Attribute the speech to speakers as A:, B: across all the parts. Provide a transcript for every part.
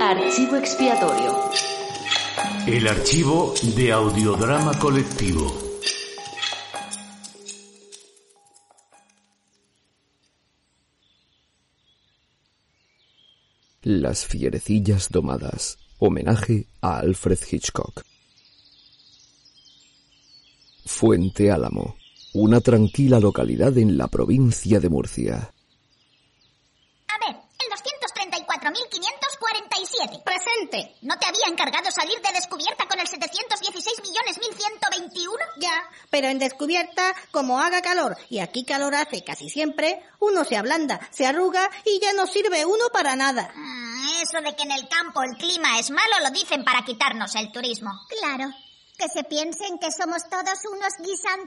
A: Archivo expiatorio.
B: El archivo de audiodrama colectivo.
C: Las fierecillas domadas. Homenaje a Alfred Hitchcock. Fuente Álamo. Una tranquila localidad en la provincia de Murcia.
D: A ver, el 234.547.
E: Presente.
D: ¿No te había encargado salir de descubierta con el 716.121?
E: Ya, pero en descubierta, como haga calor, y aquí calor hace casi siempre, uno se ablanda, se arruga y ya no sirve uno para nada.
D: Mm, Eso de que en el campo el clima es malo lo dicen para quitarnos el turismo.
F: Claro, que se piensen que somos todos unos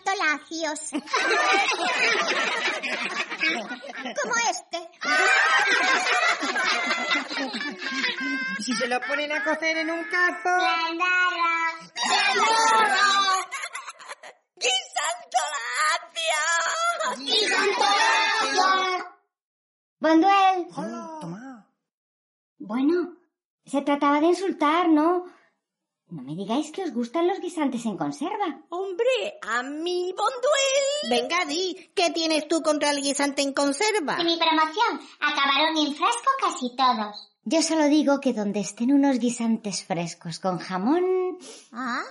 F: guisantolacios. Como este.
G: ¿Y si se lo ponen a cocer en un cazo?
F: Bonduel.
G: Toma.
F: Bueno, se trataba de insultar, ¿no? No me digáis que os gustan los guisantes en conserva.
H: Hombre, a mí Bonduel.
E: Venga, di, ¿qué tienes tú contra el guisante en conserva?
I: En mi promoción acabaron en frasco casi todos.
F: Yo solo digo que donde estén unos guisantes frescos con jamón...
I: ¿Ah?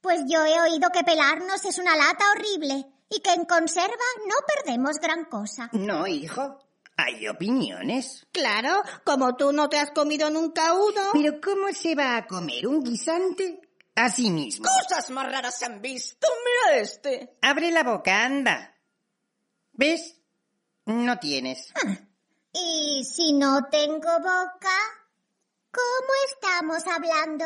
I: Pues yo he oído que pelarnos es una lata horrible y que en conserva no perdemos gran cosa.
G: No, hijo. Hay opiniones.
E: Claro, como tú no te has comido nunca uno.
G: Pero ¿cómo se va a comer un guisante? Así mismo.
H: Cosas más raras se han visto. Mira este.
G: Abre la boca, anda. ¿Ves? No tienes.
I: Y si no tengo boca, ¿cómo estamos hablando?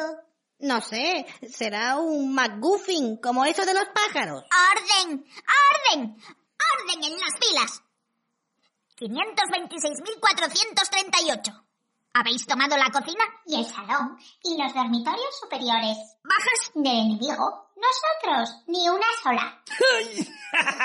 E: No sé, será un McGuffin, como eso de los pájaros.
D: ¡Orden! ¡Orden! ¡Orden en las filas! 526.438. ¿Habéis tomado la cocina?
I: Y el salón y los dormitorios superiores.
D: ¿Bajas?
I: Del enemigo, nosotros, ni una sola.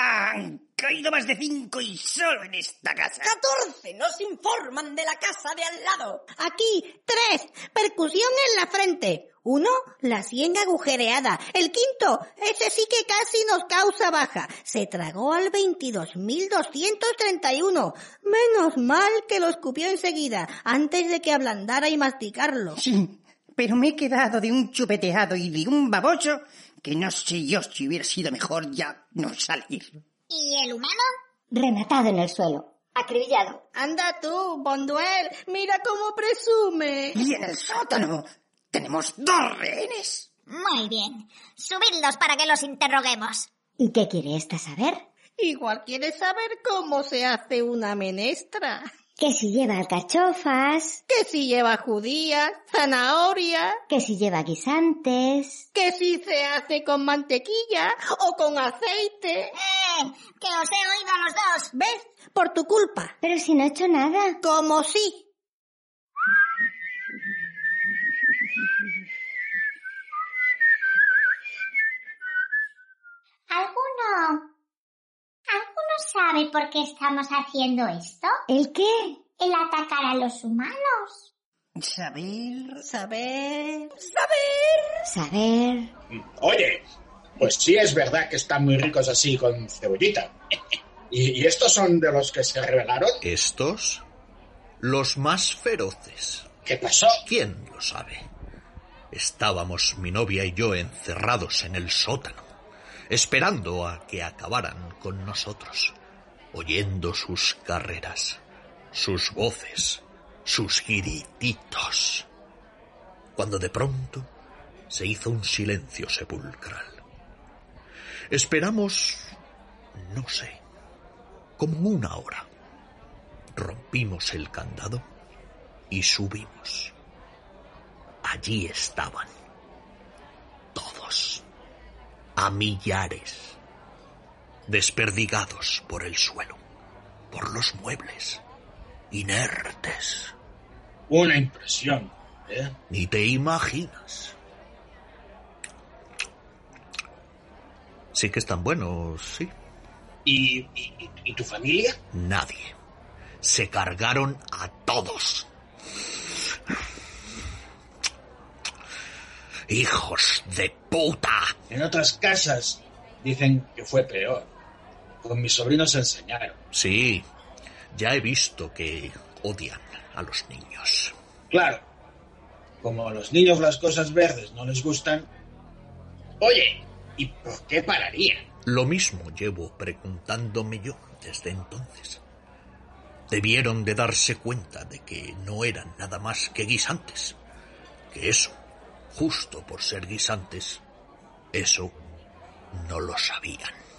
G: Han caído más de cinco y solo en esta casa.
H: ¡Catorce! Nos informan de la casa de al lado.
E: Aquí, tres, percusión en la frente. Uno, la sien agujereada. El quinto, ese sí que casi nos causa baja. Se tragó al 22.231. Menos mal que lo escupió enseguida, antes de que ablandara y masticarlo.
G: Sí, pero me he quedado de un chupeteado y de un baboso que no sé yo si hubiera sido mejor ya no salir.
D: ¿Y el humano?
F: Rematado en el suelo.
H: Acribillado.
E: Anda tú, Bonduel, mira cómo presume.
G: Y en el sótano tenemos dos rehenes.
D: Muy bien. Subidlos para que los interroguemos.
F: ¿Y qué quiere esta saber?
E: Igual quieres saber cómo se hace una menestra.
F: Que si lleva alcachofas,
E: Que si lleva judías, zanahoria,
F: que si lleva guisantes.
E: que si se hace con mantequilla o con aceite.
D: ¡Eh! ¡Que os he oído a los dos!
E: ¿Ves? Por tu culpa.
F: Pero si no he hecho nada.
E: Como sí.
I: ¿Alguno... ¿Alguno sabe por qué estamos haciendo esto?
F: ¿El qué?
I: El atacar a los humanos.
G: Saber...
E: Saber.
F: Saber.
J: Oye, pues sí es verdad que están muy ricos así con cebollita. ¿Y, y estos son de los que se revelaron?
K: Estos, los más feroces.
J: ¿Qué pasó?
K: ¿Quién lo sabe? Estábamos mi novia y yo encerrados en el sótano, esperando a que acabaran con nosotros, oyendo sus carreras, sus voces, sus girititos. Cuando de pronto se hizo un silencio sepulcral. Esperamos, no sé, como una hora. Rompimos el candado y subimos. Allí estaban. Todos. A millares. Desperdigados por el suelo, por los muebles. Inertes.
J: Una impresión. ¿eh?
K: Ni te imaginas. Sí que están buenos, sí.
J: ¿Y, y- y- y tu familia?
K: Nadie. Se cargaron a todos. ¡Hijos de puta!
J: En otras casas dicen que fue peor. Con mis sobrinos enseñaron.
K: Sí, ya he visto que odian a los niños.
J: Claro, como a los niños las cosas verdes no les gustan. Oye, ¿y por qué pararía?
K: Lo mismo llevo preguntándome yo desde entonces. Debieron de darse cuenta de que no eran nada más que guisantes. Que eso, justo por ser guisantes, eso no lo sabían.